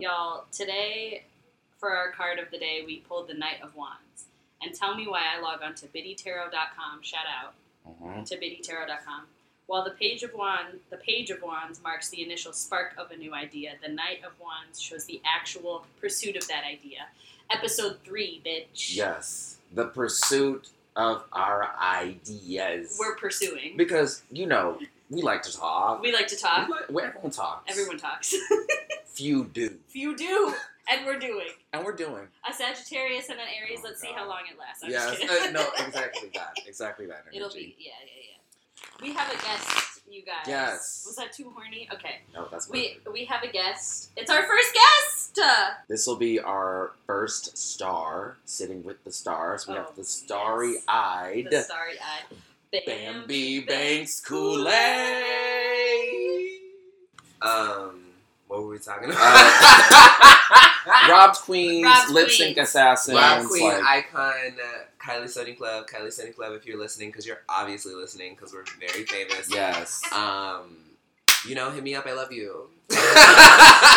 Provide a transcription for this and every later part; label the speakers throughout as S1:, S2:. S1: Y'all, today for our card of the day, we pulled the Knight of Wands. And tell me why I log on to biddytarot.com, shout out
S2: Mhm.
S1: to biddytarot.com. While the page of wands, the page of wands marks the initial spark of a new idea, the Knight of Wands shows the actual pursuit of that idea. Episode 3, bitch.
S2: Yes, the pursuit of our ideas.
S1: We're pursuing.
S2: because you know we like to talk.
S1: We like to talk.
S2: We like- well, everyone talks.
S1: Everyone talks.
S2: Few do,
S1: you do, and we're doing.
S2: and we're doing.
S1: A Sagittarius and an Aries,
S2: Oh,
S1: let's see
S2: God.
S1: how long it lasts. I'm
S2: yes,
S1: just kidding.
S2: uh, no, exactly that. Exactly that. Energy.
S1: It'll be yeah, yeah, yeah. We have a guest, you guys.
S2: Yes.
S1: Was that too horny? Okay.
S2: No, that's
S1: We we have a guest. It's our first guest.
S2: This will be our first star sitting with the stars. We
S1: Oh,
S2: have the
S1: yes.
S2: starry-eyed
S1: The starry eyed Bambi.
S2: Bambi Banks
S1: Kool-Aid.
S2: Kool-Aid.
S3: Um, what were we talking
S2: Uh,
S3: about?
S2: Rob Uh, Queen's
S1: Rob
S2: lip sync
S1: Queens.
S2: assassin.
S3: Rob Queen
S2: like-
S3: icon uh, Kylie Sony Club. Kylie Sony Club, if you're listening, because you're obviously listening, because we're very famous.
S2: yes.
S3: Um, you know, hit me up. I love you.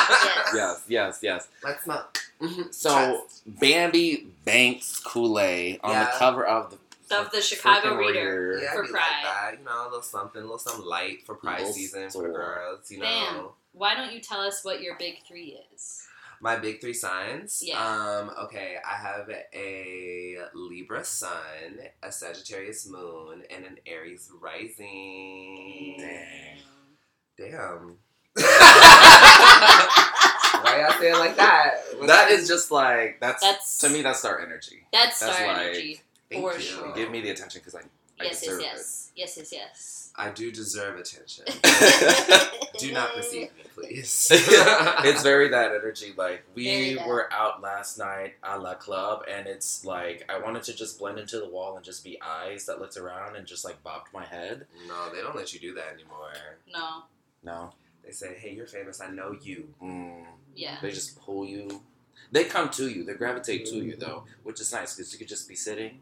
S2: Yes, yes, yes.
S3: Let's smoke. Mhm.
S2: So Bambi Banks Kool-Aid on the
S3: Yeah.
S2: cover of the
S1: of the Chicago
S2: freaking
S1: Reader.
S3: Yeah,
S1: For
S3: I be
S1: pride.
S3: like that. You know, a little something, a little something light for pride
S2: Little
S3: season for the
S2: store.
S3: girls. You know,
S1: Bam. Why don't you tell us what your big three is?
S3: my big three signs.
S1: Yeah.
S3: Um. Okay, I have a Libra sun, a Sagittarius moon, and an Aries rising.
S2: Dang.
S3: Damn.
S1: that's
S3: Why y'all saying like that?
S2: That is just like that's,
S1: That's-
S2: to me. That's our energy.
S1: that's
S2: That's
S1: star
S2: like-
S1: energy.
S3: Thank
S1: for
S3: you.
S1: sure.
S2: Give me the attention because I, I
S1: Yes, yes,
S2: deserve
S1: yes. Yes, yes, yes.
S3: I do deserve attention.
S2: it.
S3: do not deceive me, please.
S2: it's very that energy. Like
S1: Very
S2: we
S1: that.
S2: were out last night a la club, and it's like I wanted to just blend into the wall and just be eyes that looked around and just like bopped my head.
S3: no, they don't let you do that anymore.
S1: No.
S2: No,
S3: They say, "Hey, you're famous. I know you."
S2: mm,
S1: Yeah.
S2: they just pull you. They come to you. They gravitate to you though, which is nice because you could just be sitting,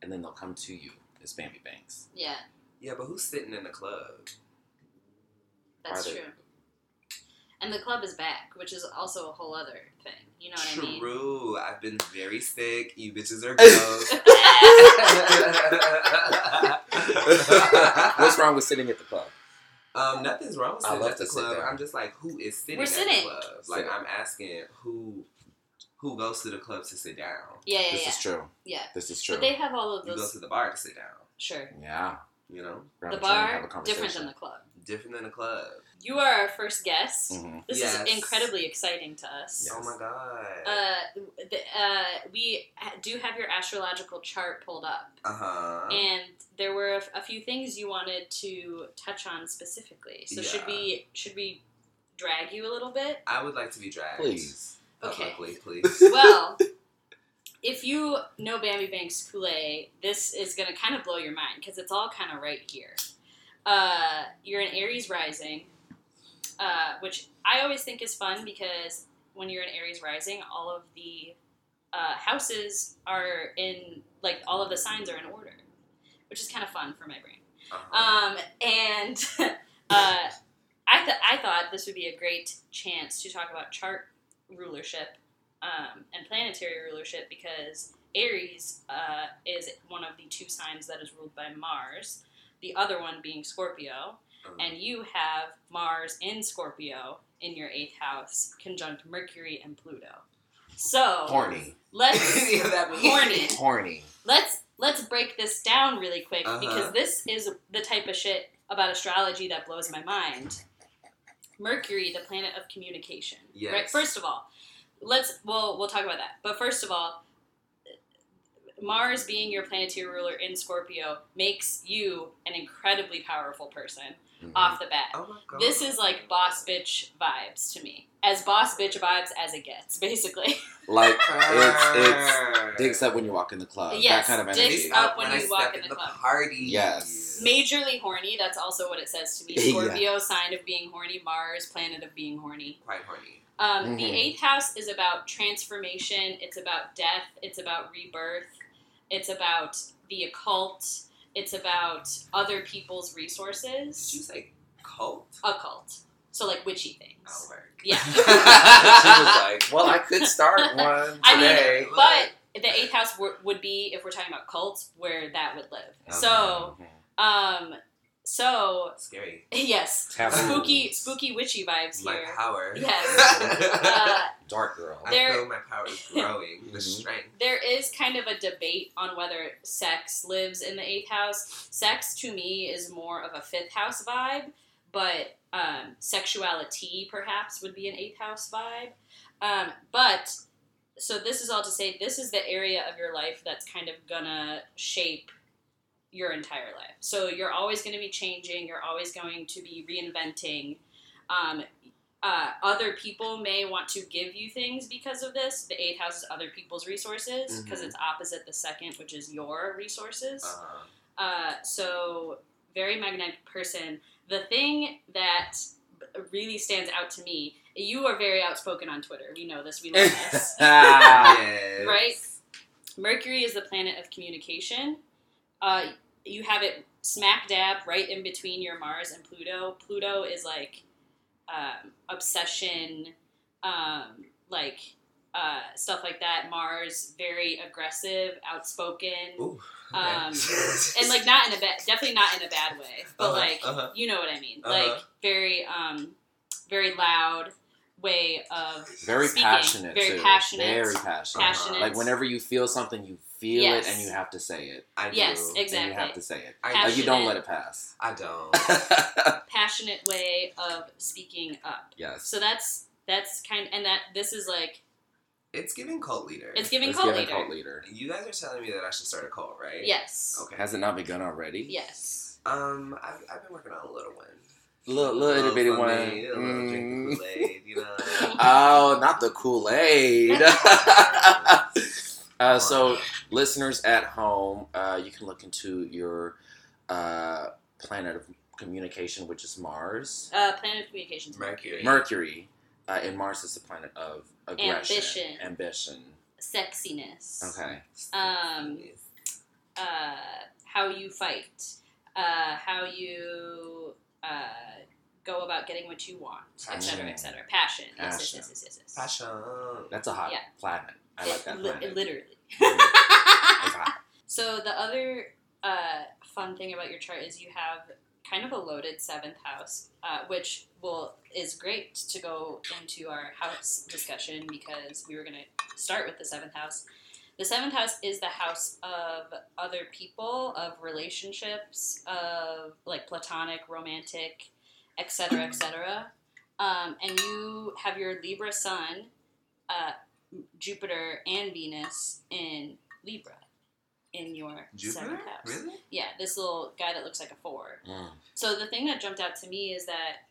S2: and then they'll come to you. It's Bambi Banks.
S1: Yeah.
S3: Yeah, but who's sitting in the club?
S1: That's
S2: Are they-
S1: true. And the club is back, which is also a whole other thing. You know what I mean?
S3: True. I've been very sick. You bitches are gross.
S2: What's wrong with sitting at the club?
S3: um, nothing's wrong with
S2: I
S3: sitting
S2: love
S3: at the
S2: to sit
S3: club.
S2: there.
S3: I'm just like, who is sitting
S1: We're
S3: at
S1: sitting.
S3: the club? Like,
S2: Sitting.
S3: I'm asking who who goes to the club to sit down.
S1: yeah, yeah,
S2: This
S1: yeah.
S2: is true.
S1: yeah.
S2: This is true.
S1: But they have all of
S3: You go
S1: those.
S3: to the bar to sit down.
S1: Sure.
S2: yeah.
S3: You know,
S2: Grab
S1: The
S2: a drink, have
S1: bar,
S2: a
S1: different than
S2: conversation.
S1: the club.
S3: different than the club.
S1: You are our first guest.
S2: Mhm.
S1: This
S3: Yes.
S1: is incredibly exciting to us.
S2: Yes.
S3: Oh my god.
S1: Uh, the, uh, we ha- do have your astrological chart pulled up,
S3: Uh
S2: Oh.
S3: huh.
S1: and there were a, f- a few things you wanted to touch on specifically. So should
S3: Yeah.
S1: we should we drag you a little bit?
S3: I would like to be dragged.
S2: Please.
S1: Okay.
S3: Publicly, please.
S1: well, if you know Bambi Banks Kool Aid, this is going to kind of blow your mind because it's all kind of right here. Uh, you're an Aries rising, uh, which I always think is fun because when you're an Aries rising, all of the uh, houses are in, like, all of the signs are in order, which is kind of fun for my brain.
S3: Uh-huh.
S1: Um, and uh, I, th- I thought this would be a great chance to talk about chart rulership um, and planetary rulership because Aries uh, is one of the two signs that is ruled by Mars, the other one being Scorpio.
S3: Um,
S1: And you have Mars in Scorpio in your eighth house, conjunct Mercury and Pluto. So
S2: Horny.
S1: let's
S3: Yeah, that means-
S1: horny
S2: Horny.
S1: let's let's break this down really quick
S3: Uh-huh.
S1: because this is the type of shit about astrology that blows my mind. Mercury, the planet of communication.
S3: Yes.
S1: Right. First of all, let's well we'll talk about that. But first of all, Mars being your planetary ruler in Scorpio makes you an incredibly powerful person
S2: Mhm.
S1: off the bat.
S3: Oh my god.
S1: This is like boss bitch vibes to me. As boss bitch vibes as it gets, basically.
S2: Like
S3: Purr.
S2: digs up when you walk in the club.
S1: Yes,
S2: that kind of
S1: digs
S2: energy.
S1: up. when
S3: I
S1: you walk
S3: step
S1: in the club.
S3: party.
S2: Yes.
S1: Majorly horny, that's also what it says to me.
S2: Yeah.
S1: Scorpio, sign of being horny, Mars, planet of being horny.
S3: Quite horny.
S1: Um, The
S2: Mhm.
S1: eighth house is about transformation, it's about death, it's about rebirth, it's about the occult, it's about other people's
S3: Did you
S1: resources.
S3: say cult?
S1: Occult. So like witchy things.
S3: I'll work.
S1: Yeah.
S3: she
S2: was
S3: was like,
S2: Well, I could start one today.
S1: I mean,
S3: Today.
S1: but the eighth house w- would be if we're talking about cults where that would live. So,
S2: Mhm.
S1: um, so
S3: scary.
S1: yes,
S2: Taboo.
S1: spooky, spooky, witchy vibes
S3: My
S1: here.
S3: power.
S1: Yes. Uh,
S2: dark girl.
S3: I
S1: There-
S3: feel my power is growing.
S2: Mhm.
S3: the strength.
S1: there is kind of a debate on whether sex lives in the eighth house. Sex to me is more of a fifth house vibe, but um, sexuality perhaps would be an eighth house vibe. Um, but so this is all to say this is the area of your life that's kind of gonna shape your entire life. So you're always going to be changing. You're always going to be reinventing. Um, uh, other people may want to give you things because of this. The eighth house is other people's resources because
S3: Mhm.
S1: it's opposite the second, which is your resources.
S3: Uh,
S1: Uh, so very magnetic person. The thing that b- really stands out to me, you are very outspoken on Twitter. We know this. We love this.
S2: Ah,
S3: yes.
S1: Right? Mercury is the planet of communication. Uh, you have it smack dab right in between your Mars and Pluto. Pluto is like um, obsession, um, like uh, stuff like that. Mars very aggressive, outspoken,
S3: Ooh. Okay.
S1: Um, and like not in a bad, definitely not in a bad way, but
S3: Uh-huh,
S1: like
S3: uh-huh.
S1: you know what I mean.
S3: Uh-huh.
S1: Like very, um, very loud way of
S2: very
S1: Speaking,
S2: passionate.
S1: very
S2: too.
S1: passionate.
S2: Very passionate.
S1: passionate.
S2: Like whenever you feel something, you feel
S1: Yes.
S2: it and you have to say it.
S3: I do.
S1: yes,
S2: And you have
S1: exactly.
S2: to say it.
S3: I,
S2: Like you
S3: do.
S2: don't let it pass.
S3: I don't.
S1: Passionate way of speaking up.
S2: yes.
S1: So that's that's kind and that this is like
S3: It's giving cult leader.
S1: it's giving
S2: Let's
S1: cult
S2: give it
S1: leader.
S2: cult leader.
S3: You guys are telling me that I should start a cult, right?
S1: Yes.
S3: Okay.
S2: Has it not begun already?
S1: Yes.
S3: Um, I've, I've been working on a little one.
S2: Little, little itty bitty one.
S3: something, A little drink
S2: Mm.
S3: of Kool-Aid, you know.
S2: Oh, not the Kool Aid.
S3: Um,
S2: uh, so, listeners at home, uh, you can look into your uh, planet of communication, which is Mars.
S1: Uh, planet of communications.
S3: Mercury.
S2: Mercury, uh, and Mars is the planet of aggression,
S1: Ambition.
S2: ambition.
S1: Sexiness.
S2: Okay.
S1: Um, Uh, how you fight. Uh, how you uh, go about getting what you want, etc.,
S2: Passion.
S1: etc. Passion. Yes,
S2: Passion.
S1: yes, yes, yes, yes, yes.
S3: Passion.
S2: That's a hot
S1: Yeah.
S2: planet. I like that
S1: It li-
S2: planet.
S1: literally.
S2: It's hot.
S1: So the other uh, fun thing about your chart is you have kind of a loaded seventh house, uh, which will is great to go into our house discussion because we were going to start with the seventh house. The seventh house is the house of other people, of relationships, of like platonic, romantic, etc., etc. Um, and you have your Libra Sun, uh, Jupiter, and Venus in Libra in your
S3: Jupiter?
S1: seventh house.
S3: Really?
S1: Yeah, this little guy that looks like a four.
S2: Mm.
S1: So the thing that jumped out to me is that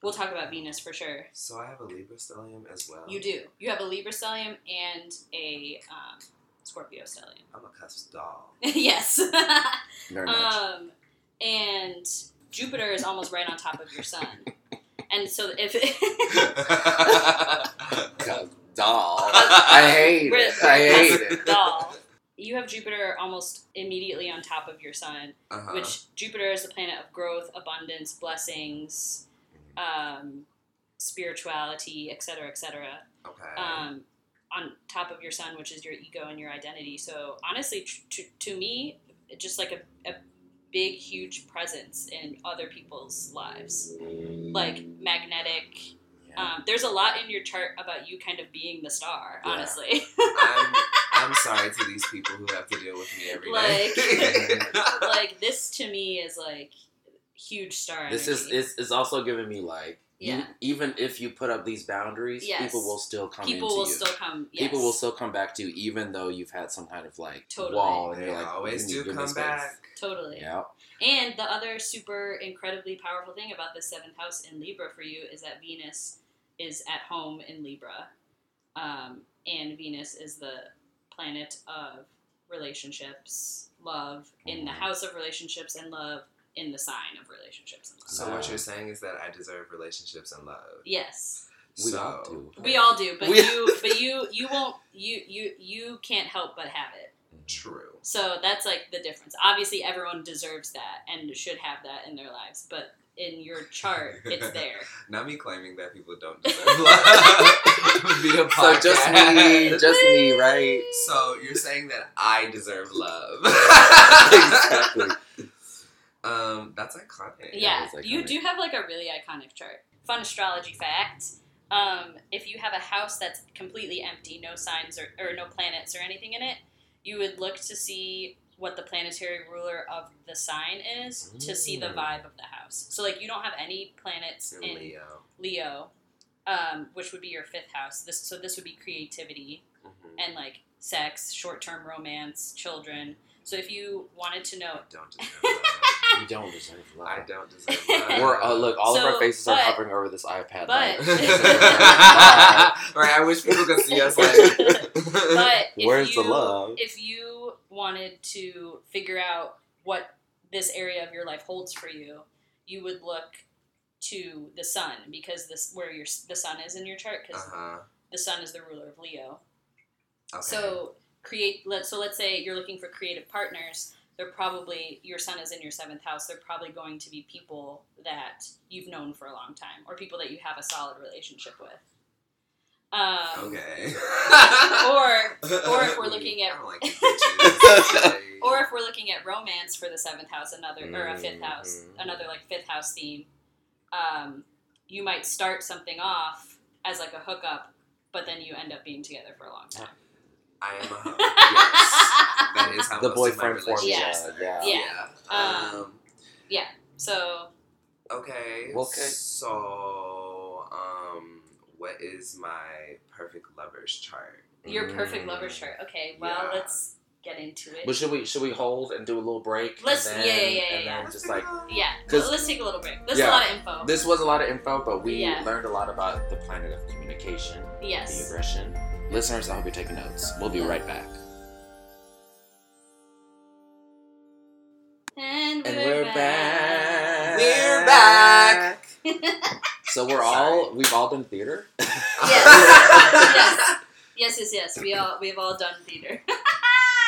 S1: we'll talk about Venus for sure.
S3: So I have a Libra stellium as well.
S1: You do. You have a Libra stellium and a um, Scorpio stellium.
S3: I'm a cusp doll.
S1: yes.
S2: Very much.
S1: um, and Jupiter is almost right on top of your sun. And so if
S3: Uh-huh.
S2: God, doll. I hate it. I hate it.
S1: doll, you have Jupiter almost immediately on top of your sun,
S3: Uh-huh.
S1: which Jupiter is the planet of growth, abundance, blessings, um, spirituality, etc., etc.
S3: okay.
S1: Um, on top of your sun, which is your ego and your identity. So honestly, tr- to, to me, just like a, a big, huge presence in other people's lives, like magnetic.
S2: Yeah.
S1: Um, there's a lot in your chart about you kind of being the star,
S2: Yeah.
S1: honestly.
S3: I'm, I'm sorry to these people who have to deal with me every day.
S1: like this to me is like huge star.
S2: This is
S1: energy.
S2: it's, it's also giving me like you-
S1: Yeah.
S2: even if you put up these boundaries,
S1: Yes.
S2: people will still come
S1: people
S2: into
S1: will
S2: you.
S1: still come. Yes.
S2: People will still come back to you even though you've had some kind of like
S1: Totally.
S2: wall and
S3: they
S2: you're like
S3: always
S2: you need
S3: do
S2: to give me
S3: come
S2: space.
S3: back.
S1: totally.
S2: Yeah.
S1: And the other super incredibly powerful thing about the seventh house in Libra for you is that Venus is at home in Libra, um, and Venus is the planet of relationships, love in the
S2: Mhm.
S1: house of relationships and love in the sign of relationships and love.
S3: So what
S2: Wow.
S3: you're saying is that I deserve relationships and love.
S1: Yes,
S2: We
S3: so,
S2: all do.
S1: we all do, but
S2: We-
S1: you, but you, you won't, you, you, you can't help but have it.
S3: True.
S1: So that's like the difference. Obviously, everyone deserves that and should have that in their lives, but in your chart, it's there.
S3: Not me claiming that people don't deserve love. Via
S2: So just me,
S3: podcast.
S2: just me, right?
S3: So you're saying that I deserve love.
S2: exactly.
S3: Um, that's iconic.
S1: Yeah,
S2: that was
S1: you
S2: iconic.
S1: do have like a really iconic chart. Fun astrology fact: um, if you have a house that's completely empty, no signs or, or no planets or anything in it, you would look to see what the planetary ruler of the sign is to see the
S2: Mm.
S1: vibe of the house. So like you don't have any planets
S3: You're
S1: in
S3: Leo.
S1: Leo, um, which would be your fifth house. This so this would be creativity
S3: Mhm.
S1: and like sex, short-term romance, children. So if you wanted to know
S3: I don't deserve love.
S2: You don't deserve
S3: I
S2: love.
S3: don't deserve love.
S2: We're uh, look, all of
S1: So,
S2: our faces are
S1: but-
S2: hovering over this iPad.
S1: but-
S2: right?
S3: right, I wish people could see us like.
S1: but if
S2: Where's
S1: you,
S2: the love?
S1: If you wanted to figure out what this area of your life holds for you, you would look to the sun because this where your the sun is in your chart because
S3: uh-huh.
S1: the sun is the ruler of Leo.
S3: Okay.
S1: So create. Let so let's say you're looking for creative partners. They're probably your sun is in your seventh house. They're probably going to be people that you've known for a long time or people that you have a solid relationship with. Um,
S3: okay.
S1: Or um, or if we're looking at
S3: I don't like these bitches. Like-
S1: Or if we're looking at romance for the seventh house, another or a fifth house,
S2: Mhm.
S1: another like fifth house theme, um, you might start something off as like a hookup, but then you end up being together for a long time.
S3: I am a hoe. Yes. That is how
S2: the
S3: most of my
S2: boyfriend formula.
S1: Yes.
S3: relationships
S2: Yeah.
S3: are.
S1: Yeah.
S3: Yeah.
S1: Um,
S3: um,
S1: so
S3: Okay.
S2: Okay.
S3: So, um, what is my perfect lover's chart?
S1: your perfect lover
S2: Mm.
S1: chart. Okay, well
S3: Yeah.
S1: let's get into it.
S2: But should we should we hold and do a little break?
S1: Let's-
S2: and then,
S1: yeah, yeah, yeah,
S2: and
S1: yeah.
S2: then just like
S1: yeah,
S2: 'Cause-
S1: let's take a little break. There's
S2: Yeah.
S1: a lot of info.
S2: this was a lot of info, but we
S1: Yeah.
S2: learned a lot about the planet of communication, the
S1: yes.
S2: aggression. Listeners, I hope you're taking notes. We'll be right back.
S1: And we're,
S2: And we're back.
S3: We're back.
S2: So we're all we've all done theater.
S1: Yes. Yes, yes, yes. We all we've all done theater.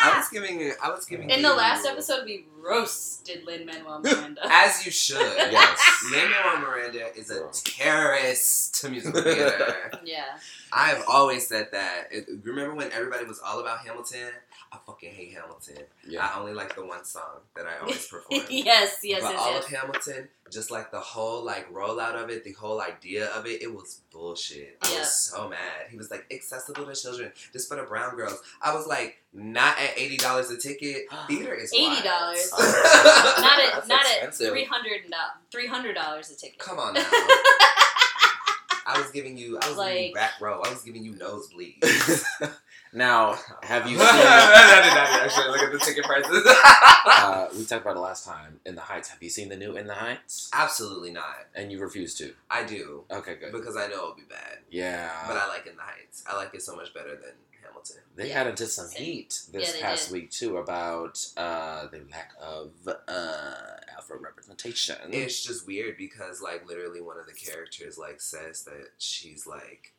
S3: I was giving. I was giving.
S1: In the
S3: you-
S1: last episode, we roasted Lin Manuel Miranda.
S3: as you should.
S2: Yes.
S3: Lin-Manuel Miranda is a
S2: Girl.
S3: terrorist to musical theater.
S1: yeah.
S3: I have always said that. It- remember when everybody was all about Hamilton? I fucking hate Hamilton.
S2: Yeah.
S3: I only like the one song that I always perform.
S1: yes, yes,
S3: but
S1: yes,
S3: all
S1: yes.
S3: of Hamilton, just like the whole like rollout of it, the whole idea of it, it was bullshit. I
S1: Yeah.
S3: was so mad. He was like accessible to children, just for the brown girls. I was like, not at eighty dollars a ticket. Theater is wild.
S1: $80. not
S2: Not
S1: at
S2: That's
S1: not at
S2: expensive.
S1: three hundred three hundred dollars a ticket.
S3: Come on now. I was giving you, I was giving
S1: Like-
S3: you back row. I was giving you nosebleed.
S2: now, have you seen?
S3: Actually, look at the ticket prices.
S2: Uh, we talked about it last time. In the Heights. Have you seen the new In the Heights?
S3: Absolutely not.
S2: And you refuse to.
S3: I do
S2: Okay, good.
S3: because I know it'll be bad.
S2: Yeah.
S3: But I like it in the heights. I like it so much better than Hamilton.
S2: They
S1: Yeah.
S2: got into some
S1: Same.
S2: heat this
S1: Yeah, they
S2: past
S1: did.
S2: week too about uh, the lack of uh, Afro representation.
S3: It's just weird because like literally one of the characters like says that she's like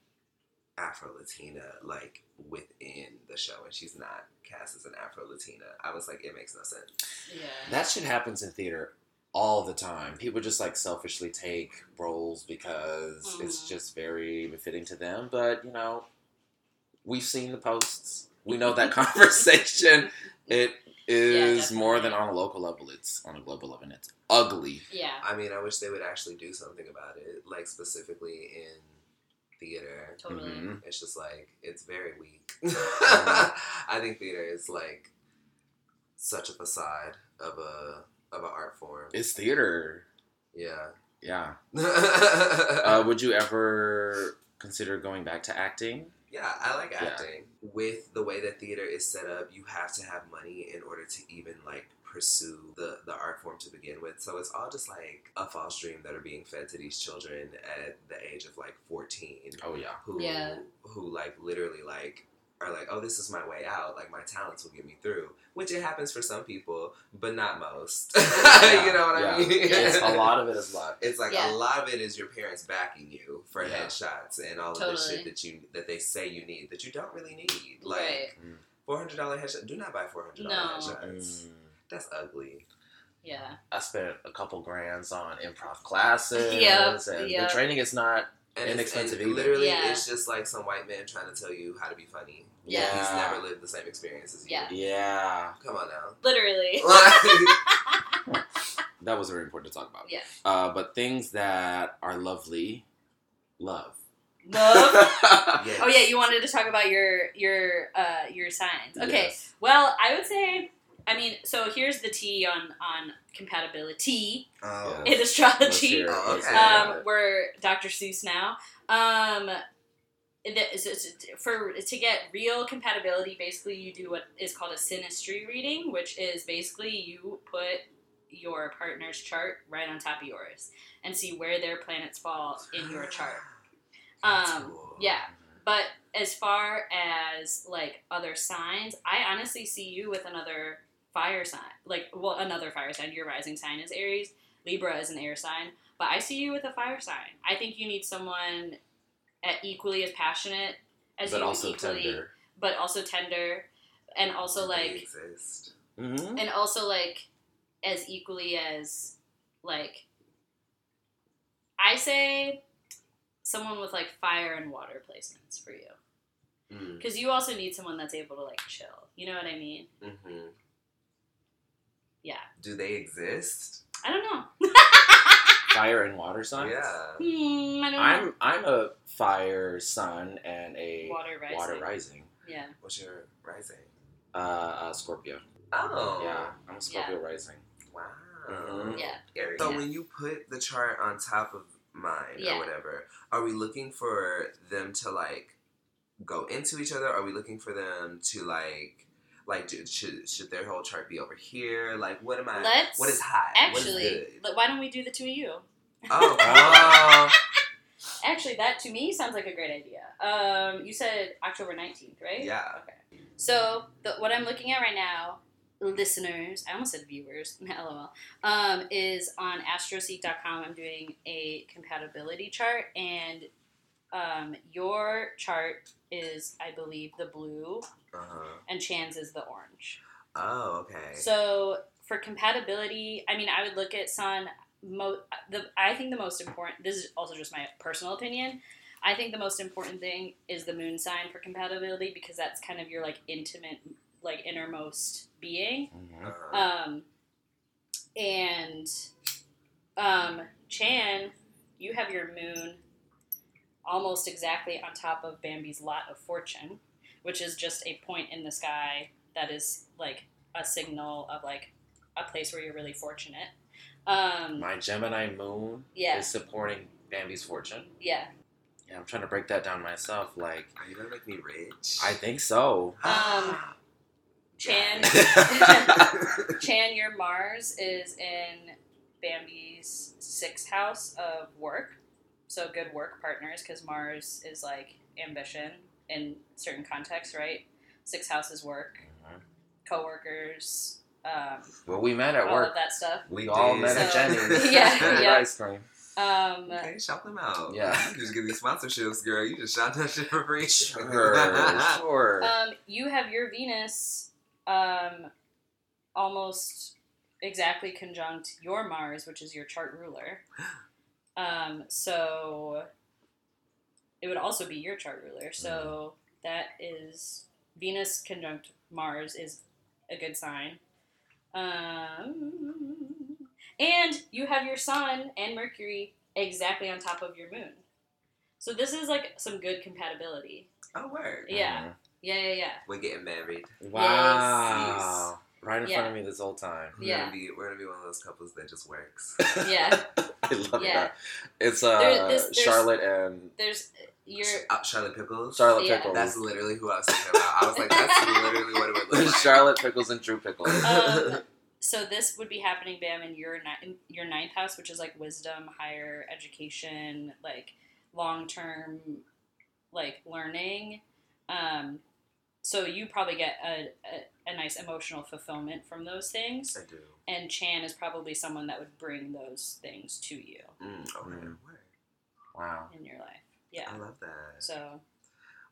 S3: Afro Latina like within the show and she's not cast as an Afro Latina. I was like, it makes no sense.
S1: Yeah.
S2: That shit happens in theater all the time. People just like selfishly take roles because it's
S1: Mhm.
S2: just very befitting to them. But you know, we've seen the posts. We know that conversation. It is
S1: definitely.
S2: more than on a local level. It's on a global level, and it's ugly.
S1: Yeah.
S3: I mean, I wish they would actually do something about it, like specifically in theater.
S1: Totally.
S2: Mhm.
S3: It's just like it's very weak. I think theater is like such a facade of a of an art form.
S2: It's theater.
S3: yeah.
S2: Yeah. Uh, would you ever consider going back to acting?
S3: yeah, I like
S2: yeah.
S3: acting. With the way that theater is set up, you have to have money in order to even like pursue the the art form to begin with. So it's all just like a false dream that are being fed to these children at the age of like 14
S2: Oh yeah.
S3: who
S1: Yeah.
S3: who like literally like are like, oh, this is my way out. Like my talents will get me through, which it happens for some people, but not most. you know what I
S2: Yeah.
S3: mean?
S2: It's a lot of it is luck.
S3: It's like
S1: Yeah.
S3: a lot of it is your parents backing you for
S2: Yeah.
S3: headshots and all of this
S1: Totally.
S3: shit that you that they say you need that you don't really need. Like
S1: right.
S2: Mm.
S3: four hundred dollar headshot. Do not buy four hundred dollar
S1: No.
S3: headshots. That's ugly.
S1: Yeah.
S2: I spent a couple grands on improv classes,
S1: Yep,
S2: and
S1: yep.
S2: the training is not.
S3: And it's-
S2: Inexpensive
S3: and
S2: either.
S3: Literally,
S1: Yeah.
S3: it's just like some white man trying to tell you how to be funny.
S1: Yeah.
S3: And He's never lived the same experience as you.
S1: Yeah. Oh,
S2: Yeah,
S3: Come on now.
S1: Literally.
S2: that was very important to talk about.
S1: Yeah.
S2: Uh, but things that are lovely, love.
S1: Love.
S3: Yes.
S1: Oh yeah, you wanted to talk about your your uh your signs. Okay.
S2: Yes.
S1: Well, I would say I mean, so here's the T on on compatibility
S3: Oh.
S2: Yeah.
S1: in
S2: Let's
S1: astrology.
S2: hear it.
S3: Oh,
S2: Let's
S3: okay.
S2: hear it.
S1: Um we're Dr. Seuss now. Um the- so- so- for to get real compatibility, basically you do what is called a sinistry reading, which is basically you put your partner's chart right on top of yours and see where their planets fall in your chart.
S3: That's
S1: Um,
S3: cool.
S2: Oh,
S1: yeah. But as far as like other signs, I honestly see you with another fire sign. Like, well, another fire sign. Your rising sign is Aries. Libra is an air sign. But I see you with a fire sign. I think you need someone at equally as passionate as
S2: but
S1: you,
S2: also
S1: equally,
S2: tender.
S1: but also tender, and also
S3: They
S1: like,
S3: exist.
S2: Mm-hmm.
S1: and also like, as equally as like. I say, someone with like fire and water placements for you.
S3: Mm.
S1: Because you also need someone that's able to like chill. You know what I mean?
S3: hmm
S1: Yeah.
S3: Do they exist?
S1: I don't know.
S2: Fire and water signs.
S3: Yeah.
S1: Hmm, I don't know.
S2: I'm I'm a fire sun and a
S1: water rising.
S2: water rising.
S1: Yeah.
S3: What's your rising?
S2: Uh, uh, Scorpio.
S3: Oh.
S2: Yeah, I'm a Scorpio rising.
S3: Wow.
S2: Mhm.
S1: Yeah.
S3: Aries. Mm-hmm. So
S1: Yeah.
S3: when you put the chart on top of mine
S1: Yeah.
S3: or whatever, are we looking for them to like go into each other? Are we looking for them to like like do, should should their whole chart be over here? Like what am I?
S1: Let's
S3: what is hot? what is
S1: Actually,
S3: good?
S1: but why don't we do the two of you?
S3: oh,
S2: Oh.
S1: Actually, that to me sounds like a great idea. Um, you said October 19th, right?
S3: yeah.
S1: Okay. So, the, what I'm looking at right now, listeners, I almost said viewers, lol, um, is on astroseek.com. I'm doing a compatibility chart, and um, your chart is, I believe, the blue,
S3: Uh-huh.
S1: and Chan's is the orange.
S3: Oh, okay.
S1: So for compatibility, I mean, I would look at Sun. Mo- the I think the most important. This is also just my personal opinion. I think the most important thing is the moon sign for compatibility because that's kind of your like intimate, like innermost being.
S2: Mhm.
S3: Uh-huh.
S1: Um, and um, Chan, you have your moon almost exactly on top of Bambi's lot of fortune, which is just a point in the sky that is like a signal of like a place where you're really fortunate. Um,
S2: My Gemini moon
S1: Yeah.
S2: is supporting Bambi's fortune.
S1: yeah.
S2: Yeah, I'm trying to break that down myself. Like,
S3: are you gonna make me rich? Ah,
S2: I think so.
S1: Um, Chan, Chan, your Mars is in Bambi's sixth house of work. So good work partners, because Mars is like ambition in certain contexts, right? Sixth house is work,
S2: Mhm.
S1: coworkers, um,
S2: Well, we met at
S1: all
S2: work.
S1: of that stuff.
S2: We all
S3: did.
S2: met at
S1: So-
S2: Jenny's.
S1: Yeah,
S2: Jenny's
S1: yeah.
S2: Ice cream.
S1: Um,
S3: Okay, shout them out.
S2: Yeah.
S3: You just get these sponsorships, girl. You just shout that shit for free. Oh,
S2: Sure, sure.
S1: um, you have your Venus um, almost exactly conjunct your Mars, which is your chart ruler. Um, so it would also be your chart ruler. So that is Venus conjunct Mars is a good sign. Um, and you have your Sun and Mercury exactly on top of your Moon. So this is like some good compatibility.
S3: Oh, word.
S1: Yeah,
S2: Mhm.
S1: yeah, yeah, yeah.
S3: We're getting married.
S2: Wow. Right in
S1: Yeah.
S2: front of me this whole time.
S3: We're
S1: Yeah.
S3: gonna be we're gonna be one of those couples that just works.
S1: Yeah.
S2: I love
S1: Yeah.
S2: that. It's uh,
S1: There- this- there's-
S2: Charlotte and
S1: There's your
S3: Uh, Charlotte Pickles.
S2: Charlotte
S1: Yeah.
S2: Pickles.
S3: That's literally who I was thinking about. I was like, that's literally what it would look like.
S2: Charlotte Pickles and Drew Pickles.
S1: um, so this would be happening, Bam, in your ni- in your ninth house, which is like wisdom, higher education, like long term, like learning. Um, so you probably get a, a, a nice emotional fulfillment from those things,
S3: I do.
S1: and Chan is probably someone that would bring those things to you
S3: Mm, okay.
S2: Mm.
S3: Word.
S2: Wow.
S3: Oh,
S1: in your life. Yeah.
S3: I love that.
S1: So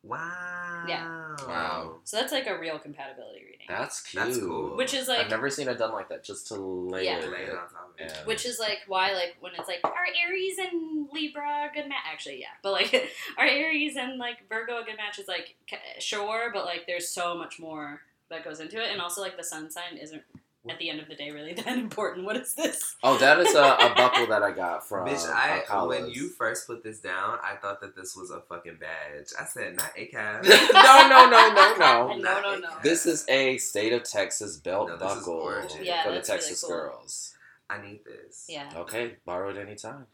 S3: Wow.
S1: Yeah.
S2: Wow.
S1: So that's like a real compatibility reading,
S2: That's cute.
S3: That's cool.
S1: which is like
S4: I've never seen it done like that. Just to lay
S1: Yeah.
S4: it.
S3: Lay it on top of it.
S4: and-
S1: Which is like why, like, when it's like, are Aries and Libra a good match? Actually, yeah. But like, are Aries and like Virgo a good match? Is like, k- sure, but like, there's so much more that goes into it. And also, like, the sun sign isn't at the end of the day really that important. What is this?
S2: Oh, that is a, a buckle that I got from
S3: Bitch,
S2: uh,
S3: I
S2: college.
S3: when you first put this down, I thought that this was a fucking badge. I said not a cab.
S2: no, no, no, no,
S1: No,
S2: no.
S1: no, no.
S2: This is a state of Texas belt
S3: No, this is
S2: buckle
S3: gorgeous.
S1: Yeah,
S2: for the
S1: that's really
S2: Texas
S1: cool.
S2: girls.
S3: I need this.
S1: Yeah.
S2: Okay, borrow it anytime.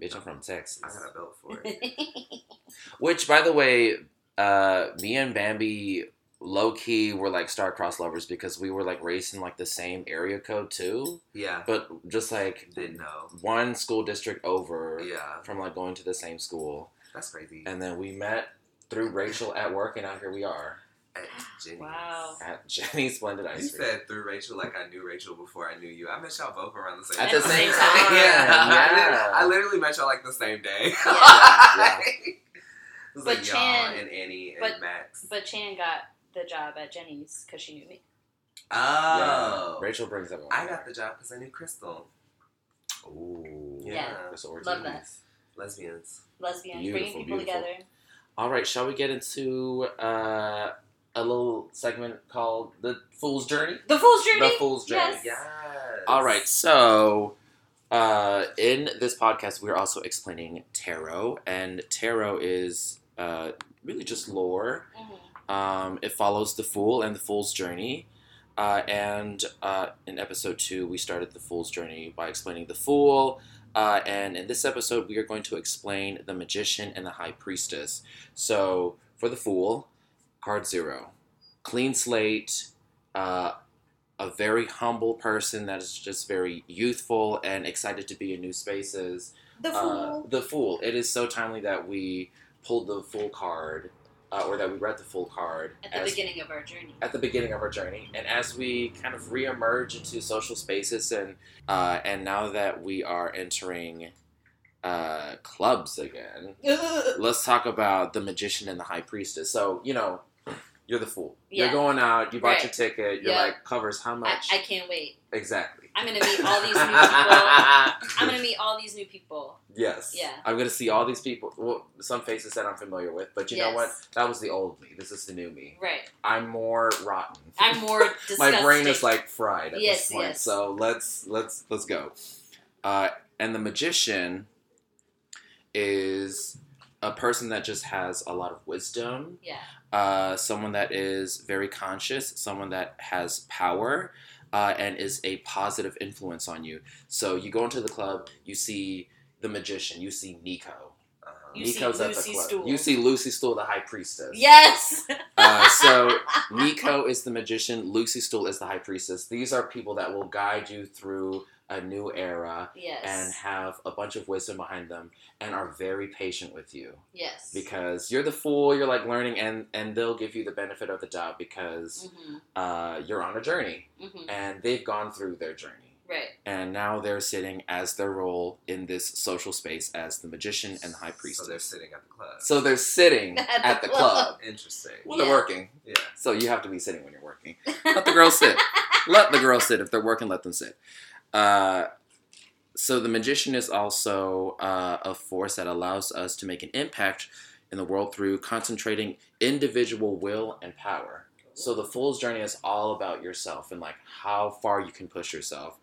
S2: Bitch, I'm from Texas.
S3: I got a belt for it.
S2: Which, by the way, uh, me and Bambi low key were like star-crossed lovers because we were like raised in like the same area code too,
S3: Yeah.
S2: but just like
S3: Didn't know.
S2: one school district over
S3: Yeah.
S2: from like going to the same school,
S3: That's crazy.
S2: and then we met through Rachel at work, and now here we are
S3: At Jenny's.
S1: Wow.
S2: at Jenny Splendid
S3: Eh, You
S2: Ice Cream.
S3: said through Rachel like I knew Rachel before I knew you. I met y'all both around the same
S2: At
S1: the same time.
S3: yeah. I, lit-
S2: Yeah.
S3: I literally met y'all like the same day.
S2: Yeah.
S3: it was
S1: But
S3: like
S1: Chan-
S3: y'all and Annie and
S1: but-
S3: Max.
S1: But Chan got the job at Jenny's because she knew me.
S3: oh.
S2: Yeah, Rachel brings everyone.
S3: I got the job because I knew Crystal.
S2: Ooh.
S3: Yeah.
S2: That's what we're
S1: Love
S2: doing.
S1: that.
S3: Lesbians.
S1: Lesbians bringing
S2: Beautiful,
S1: people
S2: beautiful.
S1: together.
S2: All right, shall we get into uh, a little segment called The Fool's Journey?
S1: The Fool's Journey.
S2: The Fool's Journey.
S1: Yes.
S3: Yes.
S2: All right, so uh, in this podcast, we're also explaining tarot, and tarot is uh, really just lore.
S1: Mhm.
S2: Um, it follows the fool and the fool's journey. Uh, and uh, in episode two, we started the fool's journey by explaining the fool. Uh, and in this episode, we are going to explain the magician and the high priestess. So for the fool, card zero, clean slate, uh, a very humble person that is just very youthful and excited to be in new spaces.
S1: The
S2: Uh,
S1: Fool.
S2: the Fool. It is so timely that we pulled the Fool card, uh, or that we read the Fool card
S1: at the
S2: as-
S1: beginning of our journey.
S2: at the beginning of our journey, and as we kind of reemerge into social spaces, and uh, and now that we are entering uh, clubs again, let's talk about the Magician and the High Priestess. So you know. You're the fool.
S1: Yeah.
S2: You're going out. You bought
S1: Right.
S2: your ticket. You're
S1: Yeah.
S2: like covers how
S1: I,
S2: much
S1: I can't wait.
S2: exactly?
S1: I'm gonna meet all these new people. I'm gonna meet all these new people.
S2: Yes.
S1: Yeah.
S2: I'm gonna see all these people. Well, some faces that I'm familiar with, but you know what?
S1: Yes.
S2: That was the old me. This is the new me.
S1: Right.
S2: I'm more rotten.
S1: I'm more disgusting.
S2: My brain is like fried at
S1: Yes,
S2: this point.
S1: yes.
S2: So let's let's let's go. Uh, and the magician is a person that just has a lot of wisdom.
S1: Yeah.
S2: Uh, someone that is very conscious. Someone that has power. Uh, and is a positive influence on you. So you go into the club, you see the magician, you see Nico,
S3: Uh-huh.
S1: You
S2: Nico's
S1: see
S2: at the
S1: Lucy
S2: club.
S1: Stuhl.
S2: You see Lucy Stool, the high priestess.
S1: Yes.
S2: Uh, so Nico is the magician. Lucy Stool is the high priestess. These are people that will guide you through a new era
S1: Yes.
S2: and have a bunch of wisdom behind them and are very patient with you
S1: yes.
S2: because you're the fool. You're like learning, and and they'll give you the benefit of the doubt
S3: Mm-hmm.
S2: because
S1: Mhm,
S2: uh, you're on a journey
S1: mhm.
S2: and they've gone through their journey
S1: Right.
S2: and now they're sitting as their role in this social space as the magician and the high priestess.
S3: So they're sitting at the club.
S2: So they're sitting
S1: At the
S2: at the
S1: club.
S2: club.
S3: Interesting.
S2: Well,
S1: Yeah.
S2: they're working.
S3: Yeah.
S2: So you have to be sitting when you're working. Let the girls sit. Let the girls sit. If they're working, let them sit. Uh, so the magician is also uh, a force that allows us to make an impact in the world through concentrating individual will and power. So the fool's journey is all about yourself and like how far you can push yourself.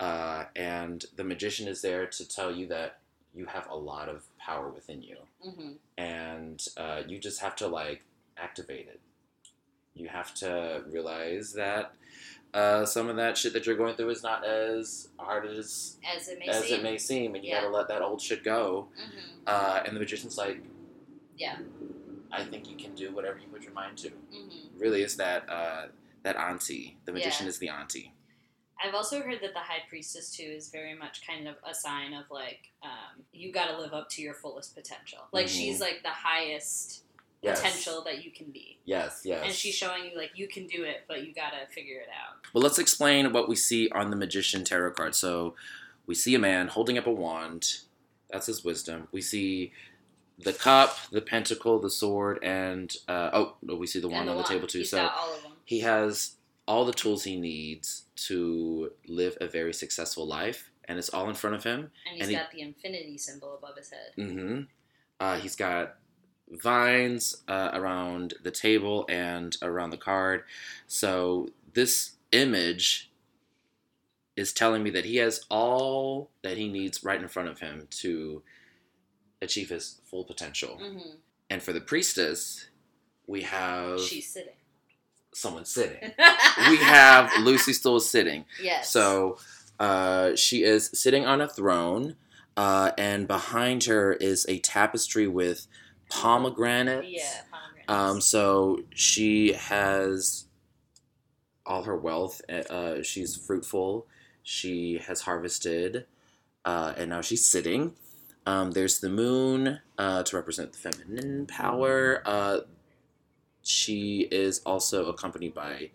S2: Uh, and the magician is there to tell you that you have a lot of power within you
S1: Mhm.
S2: and uh, you just have to like activate it. You have to realize that uh, some of that shit that you're going through is not as hard as
S1: As it may
S2: as
S1: seem.
S2: it may seem, and you
S1: Yeah.
S2: gotta let that old shit go.
S1: Mhm,
S2: Uh, and the magician's like,
S1: Yeah.
S2: I think you can do whatever you put your mind to."
S1: mhm.
S2: Really, is that uh, that auntie? The magician
S1: Yeah.
S2: is the auntie.
S1: I've also heard that the High Priestess too is very much kind of a sign of like um, you got to live up to your fullest potential. Like
S2: Mhm.
S1: she's like the highest potential that you can be,
S2: Yes, yes.
S1: and she's showing you like you can do it, but you got to figure it out.
S2: Well, let's explain what we see on the magician tarot card. So, we see a man holding up a wand. That's his wisdom. We see the cup, the pentacle, the sword, and uh, oh, no, we see the
S1: and
S2: wand on the
S1: wand.
S2: table too.
S1: He's
S2: so
S1: got all of them.
S2: he has all the tools he needs to live a very successful life, and it's all in front of him.
S1: And he's
S2: and he-
S1: got the infinity symbol above his head.
S2: Mm-hmm. Uh, he's got vines uh, around the table and around the card. So this image is telling me that he has all that he needs right in front of him to achieve his full potential.
S1: Mm-hmm.
S2: And for the priestess, we have
S1: She's sitting.
S2: someone sitting. we have Lucy still sitting.
S1: Yes.
S2: So uh, she is sitting on a throne, uh, and behind her is a tapestry with pomegranates.
S1: Yeah.
S2: Um,
S1: pomegranates.
S2: so she has all her wealth. Uh, she's fruitful. She has harvested, uh, and now she's sitting. Um, there's the moon uh, to represent the feminine power. Uh, she is also accompanied by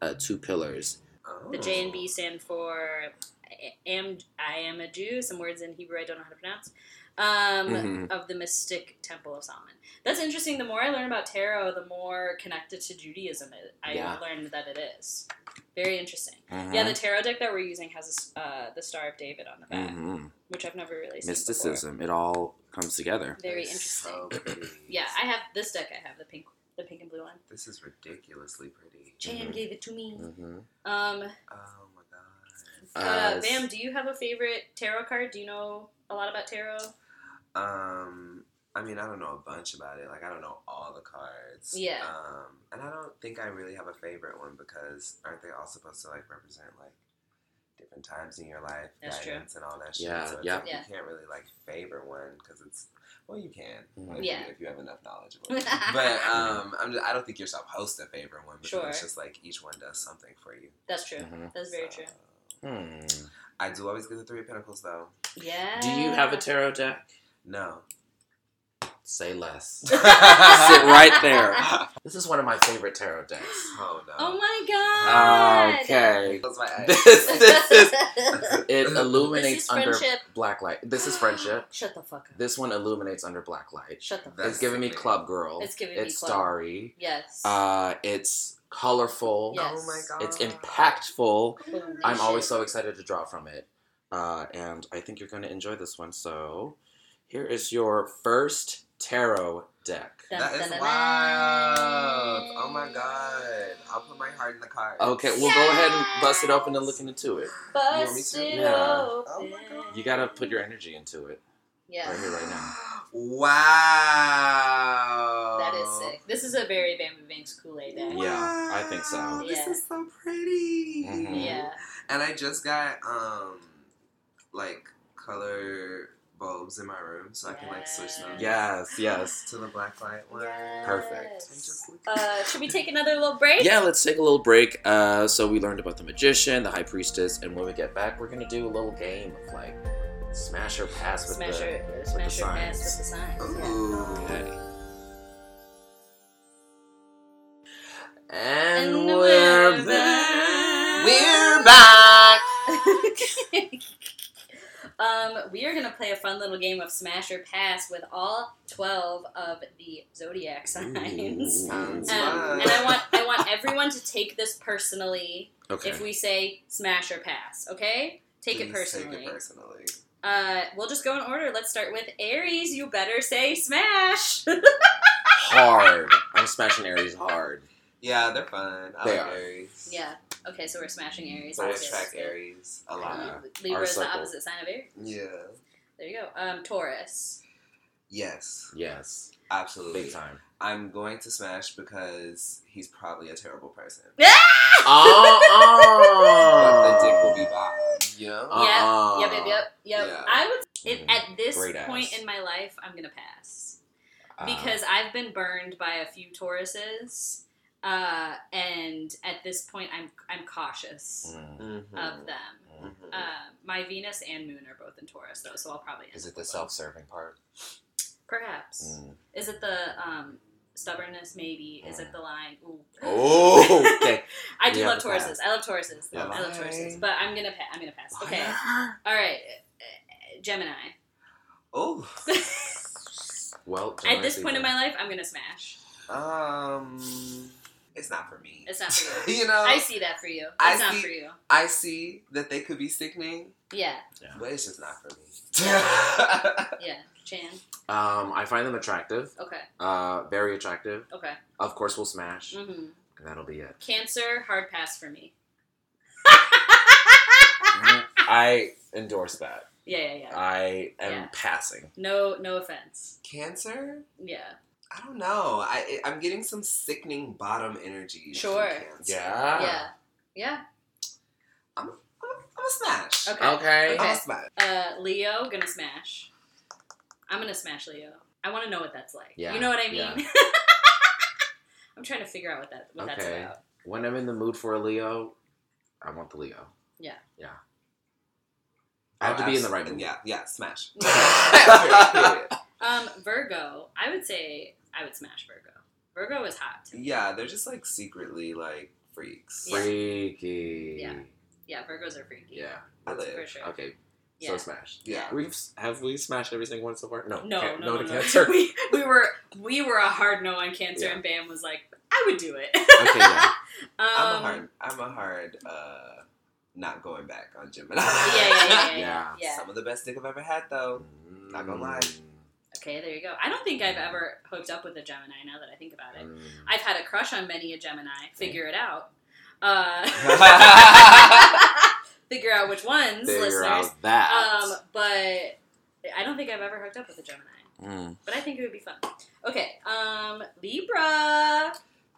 S2: uh, two pillars.
S3: Oh.
S2: um,
S1: the J and B stand for I am I am a Jew. Some words in Hebrew I don't know how to pronounce. Um,
S2: Mhm.
S1: Of the mystic temple of Solomon. That's interesting. The more I learn about tarot, the more connected to Judaism it, I
S2: Yeah. Uh-huh.
S1: learned that it is. Very interesting. Yeah, the tarot deck that we're using has a s uh, the Star of David on the back,
S2: hmm
S1: which I've never really seen. before.
S2: mysticism. It all comes together.
S1: Very
S3: They're
S1: interesting.
S3: so pretty.
S1: Yeah, I have this deck. I have the pink, the pink and blue one.
S3: This is ridiculously pretty.
S1: Jan
S2: Mhm.
S1: gave it to me.
S2: Mm-hmm.
S1: Um,
S3: Oh my god.
S1: uh,
S2: Uh,
S1: Bam, do you have a favorite tarot card? Do you know a lot about tarot?
S3: Um, I mean, I don't know a bunch about it. Like, I don't know all the cards.
S1: Yeah.
S3: Um, and I don't think I really have a favorite one because aren't they all supposed to like represent like different times in your life,
S1: That's true.
S3: guidance, and all that shit?
S2: Yeah,
S3: So it's
S2: yeah.
S3: like,
S1: Yeah.
S3: You can't really like favor one because it's well, you can.
S2: Mhm.
S3: If
S1: Yeah.
S3: You, if you have enough knowledge. Of it. But
S2: uh,
S3: um, I'm just, I don't think you're supposed to favor one because it's
S1: Sure.
S3: just like each one does something for you.
S1: That's true.
S2: Mhm.
S1: That's very
S3: So,
S1: true.
S2: Mm-hmm. Hmm.
S3: I do always get the three of pentacles though.
S1: Yeah.
S2: Do you have a tarot deck?
S3: No.
S2: Say less.
S3: Sit
S2: Sit right there.
S4: This is one of my favorite tarot decks.
S3: Oh no.
S1: Oh my god.
S2: Oh, Okay.
S3: Close my eyes.
S2: This, this is it
S1: this
S2: illuminates
S1: is
S2: under
S1: friendship.
S2: black light. This is friendship.
S1: Shut the fuck up.
S2: This one illuminates under black light.
S1: Shut the fuck.
S3: That's
S2: it's giving me
S3: sick.
S2: club girl.
S1: It's giving me
S2: it's
S1: club.
S2: starry.
S1: Yes.
S2: Uh, it's colorful.
S1: Yes.
S3: Oh my god.
S2: It's
S1: Ah.
S2: impactful.
S1: Holy
S2: I'm
S1: shit.
S2: always so excited to draw from it. Uh, and I think you're going to enjoy this one. So here is your first tarot deck.
S1: Dun,
S3: That
S1: dun, dun,
S3: is
S1: dun.
S3: wild. Oh my god. I'll put my heart in the car.
S2: Okay, we'll go ahead and bust it open and look into it.
S3: want me
S1: Bust
S3: to?
S1: it
S2: Yeah.
S3: Oh
S1: open.
S3: my God.
S2: You gotta put your energy into it.
S1: Yeah.
S2: Right here, right now.
S3: Wow.
S1: That is
S2: oh.
S1: sick. This is a very Bamboo Banks Kool Aid day.
S2: Yeah. I think so.
S3: Wow, This
S1: Yeah.
S3: is so pretty.
S2: Mhm.
S1: Yeah.
S3: And I just got um like color bulbs in my room so I can like switch them
S2: Yes, yes.
S3: to the black light one.
S2: Perfect.
S3: And just look-
S1: Uh, should we take another little break?
S2: Yeah, let's take a little break. Uh, so we learned about the magician, the high priestess, and when we get back, we're gonna do a little game of like smash or pass with
S1: Smash
S2: the.
S1: your, smash your
S2: signs.
S1: ass with the signs. yeah.
S3: Ooh.
S2: Okay.
S4: And,
S1: And
S4: we're,
S1: we're
S4: back.
S1: back.
S4: We're back.
S1: um, we are going to play a fun little game of Smash or Pass with all 12 of the zodiac signs.
S2: Ooh.
S3: Um,
S1: Um, and I want I want everyone to take this personally
S2: Okay.
S1: if we say smash or pass, okay? Take it
S3: Please
S1: personally.
S3: Take it personally.
S1: Uh, we'll just go in order. Let's start with Aries. You better say smash.
S2: hard. I'm smashing Aries hard.
S3: Yeah, they're fun. I
S2: They
S3: like
S2: are.
S3: Aries.
S1: yeah. Okay, so we're smashing Aries.
S3: So I
S1: obviously.
S3: attract Aries a lot.
S1: Um, Libra
S2: Our
S1: is the
S2: circle.
S1: opposite sign of Aries.
S3: Yeah.
S1: There you go. Um, Taurus.
S3: Yes.
S2: Yes,
S3: Absolutely.
S2: big time.
S3: I'm going to smash because he's probably a terrible person.
S2: Oh,
S3: But
S2: oh.
S3: the dick will be bobbed. You know?
S1: Uh,
S2: Uh-uh.
S1: Yep, yep, yep, yep.
S3: Yeah.
S1: I would. It,
S2: Mm,
S1: at this
S2: great ass.
S1: point in my life, I'm gonna pass
S2: Uh,
S1: because I've been burned by a few Tauruses, uh, and at this point, I'm I'm cautious
S2: mm,
S3: Mhm.
S1: of them.
S2: mm.
S3: Mhm.
S1: Uh, my Venus and Moon are both in Taurus, though, so I'll probably. end
S2: Is
S1: up
S2: it the
S1: with
S2: self-serving part?
S1: Perhaps.
S2: Mm.
S1: Is it the um, stubbornness? Maybe. Is it the lying? Ooh.
S2: Oh, okay.
S1: I do
S2: We
S1: love
S2: have to
S1: Tauruses.
S2: pass.
S1: I love Tauruses.
S2: Yeah.
S1: I love
S3: Lying.
S1: Tauruses. But I'm gonna pa- I'm gonna pass. Okay. All right. Uh, Gemini.
S3: Oh.
S2: Well,
S1: At this
S2: generally
S1: point in
S2: speaking.
S1: my life, I'm gonna smash.
S3: Um, it's not for me.
S1: It's not for you.
S3: you know,
S1: I
S3: I,
S1: see that for you. It's
S3: I
S1: not
S3: see-
S1: for you.
S3: see that they could be sickening,
S1: Yeah,
S3: but it's just not for me.
S1: yeah. Chan.
S2: Um, I find them attractive,
S1: Okay.
S2: uh, very attractive.
S1: Okay.
S2: Of course, we'll smash,
S1: Mm-hmm.
S2: and that'll be it.
S1: Cancer, hard pass for me.
S2: I endorse that.
S1: Yeah, yeah, yeah.
S2: I am
S1: Yeah.
S2: passing.
S1: No, no offense.
S3: cancer?
S1: Yeah.
S3: I don't know. I I'm getting some sickening bottom energy. from
S1: Sure.
S3: Cancer.
S2: Yeah.
S1: Yeah. Yeah.
S3: I'm a, I'm a smash.
S1: Okay.
S2: Okay.
S1: Okay.
S3: I'm a smash.
S1: Uh, Leo, gonna smash. I'm gonna smash Leo. I want to know what that's like.
S2: Yeah,
S1: You know what I mean?
S2: yeah.
S1: I'm trying to figure out what that what that's
S2: Okay.
S1: about.
S2: When I'm in the mood for a Leo, I want the Leo.
S1: Yeah.
S2: Yeah. I have to be in the right
S3: And
S2: mood.
S3: Yeah, yeah, smash.
S2: Yeah.
S1: Um, Virgo, I would say I would smash Virgo. Virgo is hot. to me.
S3: yeah, they're just like secretly like freaks.
S1: Yeah.
S2: Freaky.
S1: Yeah. Yeah, Virgos are freaky.
S2: Yeah.
S3: I live.
S1: for sure.
S2: Okay.
S1: Yeah.
S2: So smash.
S3: Yeah.
S2: We've have we smashed every single one so far? No.
S1: no,
S2: Can't-
S1: no, no,
S2: to
S1: no.
S2: cancer.
S1: we, we were we were a hard no on cancer,
S2: Yeah.
S1: and Bam was like, "I would do it."
S2: okay. Yeah.
S1: Um,
S3: I'm a hard. I'm a hard. Uh, not going back on Gemini.
S1: Yeah, yeah, yeah, yeah, yeah.
S2: Yeah.
S1: yeah.
S3: Some of the best dick I've ever had, though. Not
S2: Mm,
S3: gonna lie.
S1: Okay, there you go. I don't think I've ever hooked up with a Gemini. Now that I think about it,
S2: Mm.
S1: I've had a crush on many a Gemini. Figure it out. Uh, figure out which ones,
S2: Figure
S1: listeners.
S2: out that.
S1: Um, but I don't think I've ever hooked up with a Gemini.
S2: Mm.
S1: But I think it would be fun. Okay, um, Libra.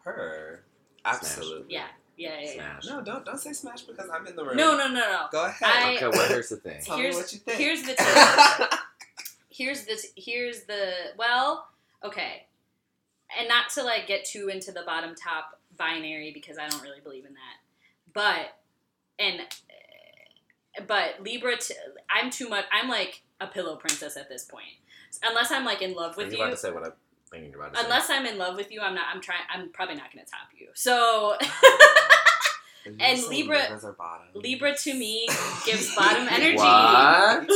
S3: Her. Absolutely.
S1: Yeah, yeah, yeah. yeah.
S2: Smash.
S3: No, don't don't say smash because I'm in the room.
S1: No, no, no, no.
S3: Go
S1: I-
S3: ahead.
S2: Okay. Well, here's the thing.
S3: Tell
S1: Here's-
S3: me what you think.
S1: Here's the tea. here's the here's the well, okay, and not to like get too into the bottom top binary because I don't really believe in that, but and uh, but Libra, t- I'm too much. I'm like a pillow princess at this point, unless I'm like in love
S2: Are
S1: with
S2: you
S1: you.
S2: about to say what I'm thinking you're about to
S1: Unless I'm in love with you, I'm not. I'm trying. I'm probably not going to top you. So
S3: You
S1: And
S3: say
S1: Libra-
S3: Libras are bottom.
S1: Libra to me gives bottom energy.
S2: What?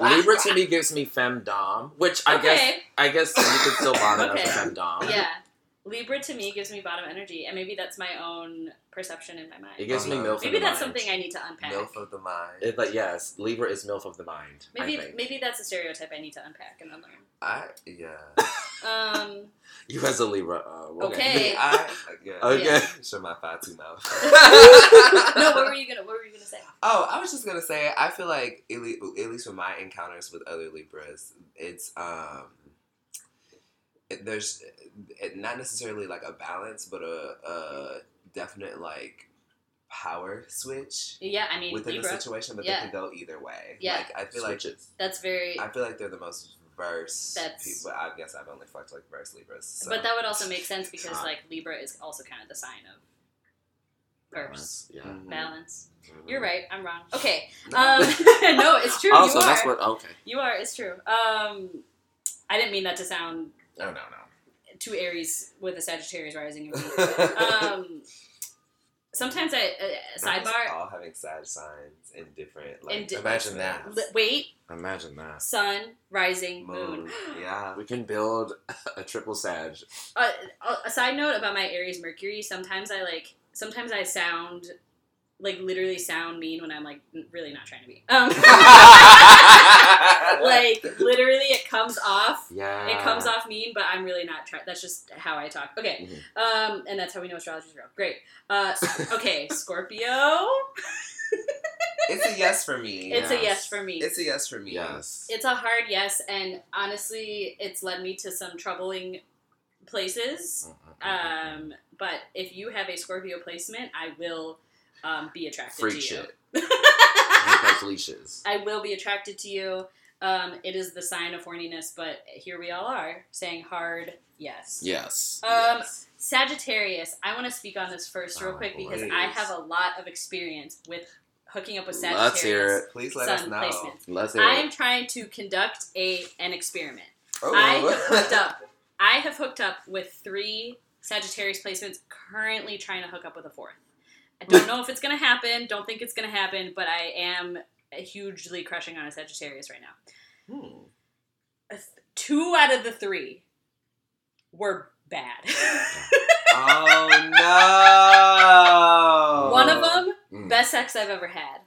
S2: say? Libra to me gives me femdom, which I guess
S1: Okay.
S2: I guess you could still bother
S1: Okay.
S2: as femdom.
S1: yeah. Libra to me gives me bottom energy, and maybe that's my own perception in my
S2: It
S1: mind.
S2: gives me milf. of
S1: Maybe
S2: the
S1: that's
S2: mind.
S1: something I need to unpack.
S3: Milf of the mind.
S2: It, like yes, Libra is milf of the mind. I
S1: Maybe
S2: think.
S1: maybe that's a stereotype I need to unpack and unlearn.
S3: I yeah.
S1: Um,
S2: you as a Libra. Uh, we'll get-
S1: Okay.
S3: Me, I yeah.
S2: Okay.
S3: Shut my fatu mouth.
S1: no, what were you gonna what were you gonna say?
S3: Oh, I was just gonna say, I feel like at le- at least from my encounters with other Libras, it's um, it, there's it, not necessarily like a balance, but a, a definite like power switch
S1: Yeah, I mean
S3: within
S1: Libra.
S3: the situation, but
S1: Yeah.
S3: they can go either way.
S1: Yeah.
S3: like I feel
S2: Switches.
S1: That's very.
S3: like I feel like they're the most verse
S1: That's-
S3: people. I guess I've only fucked like verse Libras. So.
S1: But that would also make sense because
S2: Ah.
S1: like Libra is also kind of the sign of verse
S2: Yeah.
S3: Mhm.
S1: balance.
S2: Mm-hmm.
S1: You're right. I'm wrong. Okay.
S3: No.
S1: Um, no, it's true.
S2: Also,
S1: you are.
S2: that's what. Okay.
S1: you are. It's true. Um, I didn't mean that to sound
S2: Oh no no.
S1: two Aries with a Sagittarius rising. in me. um, sometimes I uh,
S3: Not just
S1: sidebar.
S3: All having sad signs in different. Like,
S1: In di-
S2: Imagine that.
S1: Li- wait,
S2: Imagine that.
S1: sun, rising, moon.
S3: Moon. Yeah.
S2: We can build a triple Sag.
S1: Uh, a- a side note about my Aries Mercury. Sometimes I like. Sometimes I sound like literally sound mean when I'm like n- really not trying to be. Um, like literally, it comes off.
S2: Yeah.
S1: It comes off mean, but I'm really not trying. That's just how I talk. Okay, um, and that's how we know astrologers real. Great. Uh, s- okay, Scorpio.
S3: It's a yes for me.
S1: It's a
S2: Yes.
S1: yes for me.
S3: It's a yes for me.
S2: Yes.
S1: It's a hard yes, and honestly, it's led me to some troubling places. Um, but if you have a Scorpio placement, I will um, be attracted
S2: Freak
S1: to you.
S2: shit. Like those leashes.
S1: I will be attracted to you. Um, it is the sign of horniness, but here we all are saying hard yes.
S2: Yes.
S1: Um, Sagittarius, I want to speak on this first real
S2: Oh,
S1: quick because
S3: please.
S1: I have a lot of experience with hooking up with Sagittarius
S2: Let's hear it.
S3: Please let us
S1: sun
S3: know.
S1: placements.
S2: Let's hear
S1: I am
S2: it.
S1: trying to conduct a an experiment.
S3: Oh.
S1: I have hooked up. I have hooked up with three Sagittarius placements. Currently trying to hook up with a fourth. I don't know if it's gonna happen. Don't think it's gonna happen. But I am hugely crushing on a Sagittarius right now.
S3: Hmm.
S1: two out of the three were bad.
S3: oh no!
S1: One of
S2: Uh,
S1: them,
S4: Mm.
S1: best sex I've ever had.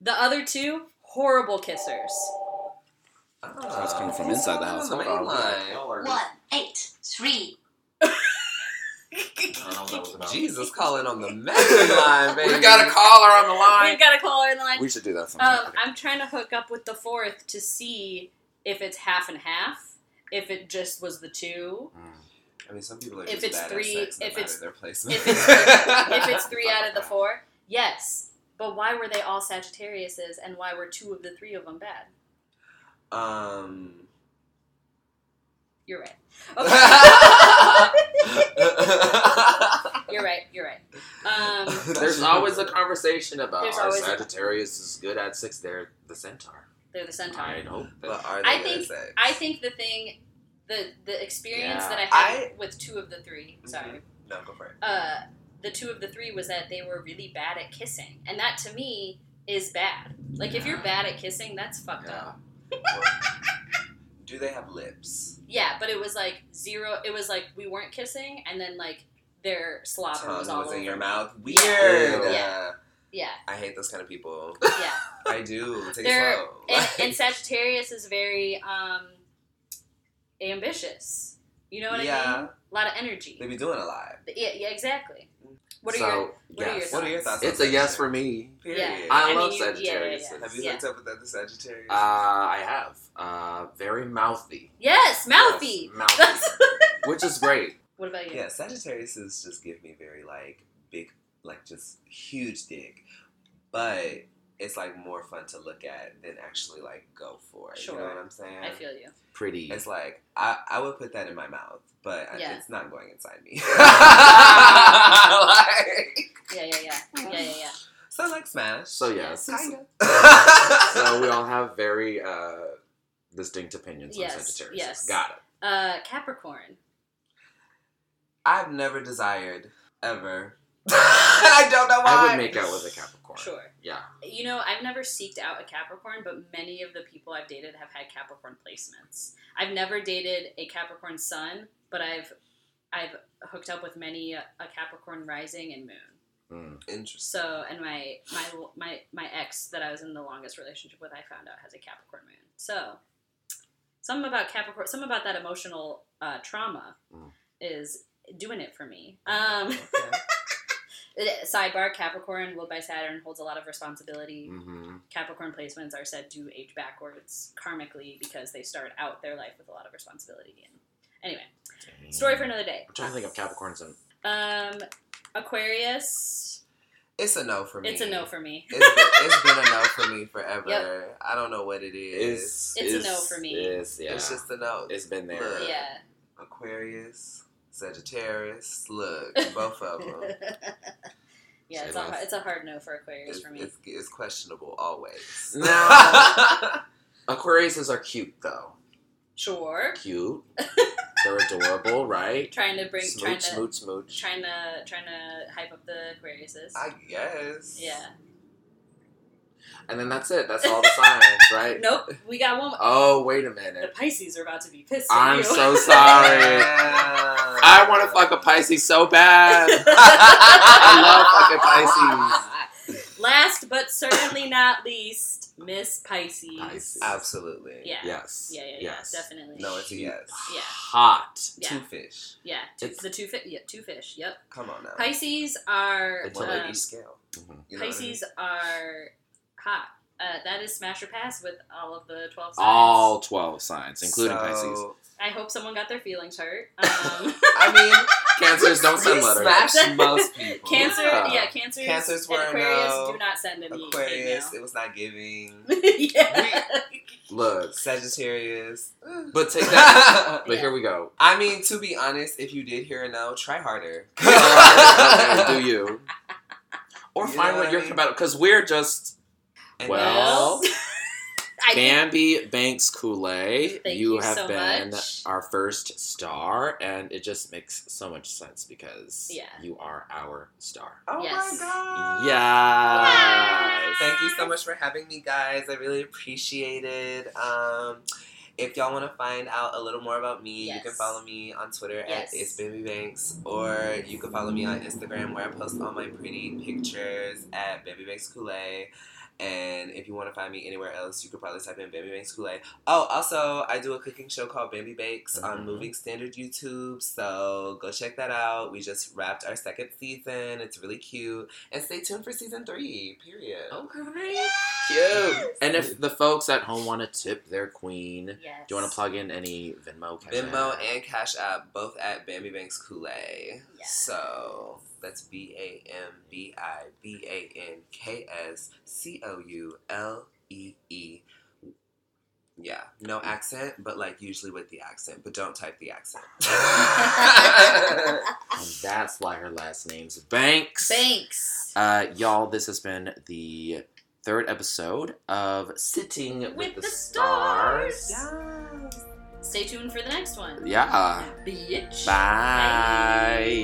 S1: The other two, horrible kissers.
S3: Oh,
S2: That's coming from inside the house.
S3: Hold
S2: Hold on.
S5: One, eight, three.
S4: I don't know what that was about.
S3: Jesus calling on the mastermind, baby.
S4: We got a caller on the
S1: We've
S4: line.
S1: got a caller in the line.
S2: We should do that sometime.
S1: Um,
S2: Okay.
S1: I'm trying to hook up with the fourth to see if it's half and half, if it just was the two,
S3: I mean, some people are
S1: If
S3: just
S1: it's
S3: bad at
S1: three-
S3: sex, no
S1: if
S3: matter
S1: it's-
S3: their placement.
S1: if it's if it's three out of the four. Yes, but why were they all Sagittariuses, and why were two of the three of them bad?
S3: um.
S1: You're right. Okay. you're right. You're right. Um,
S4: There's always a conversation about
S1: There's
S4: are
S1: always a-
S4: Sagittarius is good at six. They're the centaur.
S1: they're the centaur.
S4: I hope.
S3: But
S4: that-
S3: are
S1: I
S3: they
S1: think-
S3: good at sex?
S1: I think the thing, the the experience
S4: Yeah.
S1: that I had with two of the three,
S3: Mm-hmm.
S1: sorry,
S3: No, go for it.
S1: uh, the two of the three was that they were really bad at kissing, and that to me is bad. Like if you're
S4: Yeah.
S1: bad at kissing, that's fucked up.
S3: Yeah. Do they have lips?
S1: Yeah, but it was like zero. It was like we weren't kissing, and then like their slobber
S3: Tongue
S1: was all
S3: was
S1: over.
S3: in your
S1: me.
S3: mouth.
S1: Yeah.
S3: Weird.
S1: Yeah. Yeah,
S3: I hate those kind of people.
S1: yeah.
S3: I do. Take
S1: They're-
S3: it slow.
S1: and, and Sagittarius is very um ambitious. You know what I
S3: yeah,
S1: mean? A lot of energy.
S3: they be doing a lot.
S1: Yeah, yeah, exactly. What are
S4: so,
S1: your
S4: yes.
S1: what are your
S3: What are your thoughts?
S4: It's a yes for me.
S3: Period.
S1: Yeah.
S4: I,
S1: I
S4: love
S1: mean, you- yeah,
S4: Sagittarius.
S1: yeah,
S3: Have you
S1: Yeah.
S3: hooked up with other Sagittarius?
S4: Uh, I have. Uh, very mouthy.
S1: Yes, mouthy.
S4: Mouthy. which is great.
S1: what about you?
S3: yeah, Sagittarius just give me very like big, like just huge dick, but it's like more fun to look at than actually like go for. You
S1: Sure.
S3: know what I'm saying?
S1: I feel you.
S4: Pretty.
S3: It's like I, I would put that in my mouth, but I-
S1: Yeah.
S3: it's not going inside me.
S4: Like-
S1: Yeah, yeah, yeah, yeah, yeah, yeah.
S3: so like smash.
S4: so yes.
S3: Kinda.
S4: So we all have very uh, distinct opinions on
S1: Yes,
S4: Sagittarius.
S1: yes.
S4: Got it.
S1: Uh, Capricorn.
S3: I've never desired ever. I don't know why.
S4: I would make out with a Capricorn.
S1: Sure.
S4: Yeah.
S1: You know, I've never seeked out a Capricorn, but many of the people I've dated have had Capricorn placements. I've never dated a Capricorn sun, but I've I've hooked up with many a Capricorn rising and moon.
S4: Mm.
S3: Interesting.
S1: So, and my my my my ex that I was in the longest relationship with, I found out has a Capricorn moon. So, something about Capricorn, something about that emotional uh, trauma
S4: Mm.
S1: is doing it for me. Um,
S3: Okay.
S1: sidebar: Capricorn, ruled by Saturn, holds a lot of responsibility.
S4: hmm
S1: Capricorn placements are said to age backwards karmically because they start out their life with a lot of responsibility. And anyway, story for another day.
S4: I'm trying to think of Capricorns and
S1: Um, Aquarius,
S3: It's a no for me.
S1: it's a no for me.
S3: it's been, it's been a no for me forever. I don't know what it is.
S4: is.
S1: It's a no for me.
S4: Is, yeah.
S3: It's just a no.
S4: it's been there.
S3: Look.
S1: Yeah,
S3: Aquarius, Sagittarius. Look, both of them.
S1: yeah, it's
S4: Say
S1: a,
S4: less.
S1: har- it's a hard no for Aquarius
S3: It's,
S1: for me.
S3: it's, it's questionable always.
S4: Now- Aquariuses are cute though.
S1: Sure,
S4: Cute. They're adorable, right?
S1: trying to bring,
S4: smooch,
S1: trying to,
S4: smooch, smooch.
S1: trying to, trying to hype up the Aquariuses.
S3: I guess.
S1: yeah.
S4: And then that's it. That's all the signs, right?
S1: Nope, we got one.
S4: Oh, wait a
S1: The
S4: minute.
S1: Pisces are about to be pissed. at
S4: I'm
S1: you.
S4: so sorry. I want to fuck a Pisces so bad. I
S1: Last but certainly not least, Miss Pisces.
S4: Pisces.
S3: Absolutely.
S1: Yeah.
S4: Yes.
S1: Yeah, yeah, yeah.
S4: yes.
S1: Definitely.
S3: No, it's a yes.
S1: Yeah.
S4: Hot.
S1: Yeah.
S3: Two fish.
S1: Yeah. Two,
S4: It's-
S1: the two fish. Yeah, two fish. Yep.
S3: Come on now.
S1: Pisces are
S4: It's
S3: One
S1: um,
S3: on each scale.
S4: Mhm.
S3: You know what I mean?
S1: Pisces are hot. Uh, that is smash or pass with all of the twelve signs.
S2: All 12 signs, including
S3: So,
S2: Pisces.
S1: I hope someone got their feelings hurt. Um,
S3: I mean,
S4: Cancers don't send
S3: we
S4: letters.
S3: smashed most people.
S1: cancer.
S4: Yeah.
S1: Yeah, cancers.
S3: Cancers
S1: and
S3: were a
S1: Aquarius
S3: no.
S1: do not send any
S3: Aquarius, it was not giving.
S1: hate mail. yeah.
S4: Look,
S3: Sagittarius.
S4: but take that. but
S1: Yeah.
S4: here we go.
S3: I mean, to be honest, if you did hear a no, try harder.
S4: Do you? Or
S3: You
S4: find
S3: know
S4: what,
S3: what I
S4: you're
S3: mean?
S4: compatible. Because we're just
S3: And
S4: Well,
S1: I think
S2: Bambi Banks Kool-Aid,
S1: Thank
S2: you,
S1: you
S2: have
S1: so
S2: been
S1: much.
S2: our first star, and it just makes so much sense because
S1: Yeah.
S2: you are our star.
S3: Oh
S1: Yes.
S3: my god.
S2: Yes.
S3: Thank you so much for having me, guys. I really appreciate it. Um, If y'all want to find out a little more about me, you can
S1: Yes.
S3: follow me on Twitter
S1: Yes.
S3: at It's Baby Banks, or you can follow me on Instagram where I post all my pretty pictures at Baby Banks Kool-Aid. And if you want to find me anywhere else, you could probably type in Baby Banks Kool-Aid. Oh, also, I do a cooking show called Baby Bakes on
S1: Mm-hmm.
S4: Mhm.
S3: Moving Standard YouTube, so go check that out. We just wrapped our second season. It's really cute. And stay tuned for season three, period.
S2: Okay. Cute. And if the folks at home want to tip their queen, do
S1: Yes.
S2: you want to plug in any Venmo? Cash
S3: Venmo
S2: App?
S3: and Cash App both at Bambi Banks Kool-Aid.
S1: Yes.
S3: So that's B A M B I B A N K S C O U L E E. Yeah, no accent, but like usually with the accent, but don't type the accent.
S2: And that's why her last name's Banks.
S1: Banks.
S2: Uh, y'all, this has been the third episode of Sitting with,
S1: With
S2: the,
S1: the
S2: Stars.
S1: Stars. Stay tuned for the next one.
S3: Ah.
S2: Yeah.
S1: Bitch.
S2: Bye.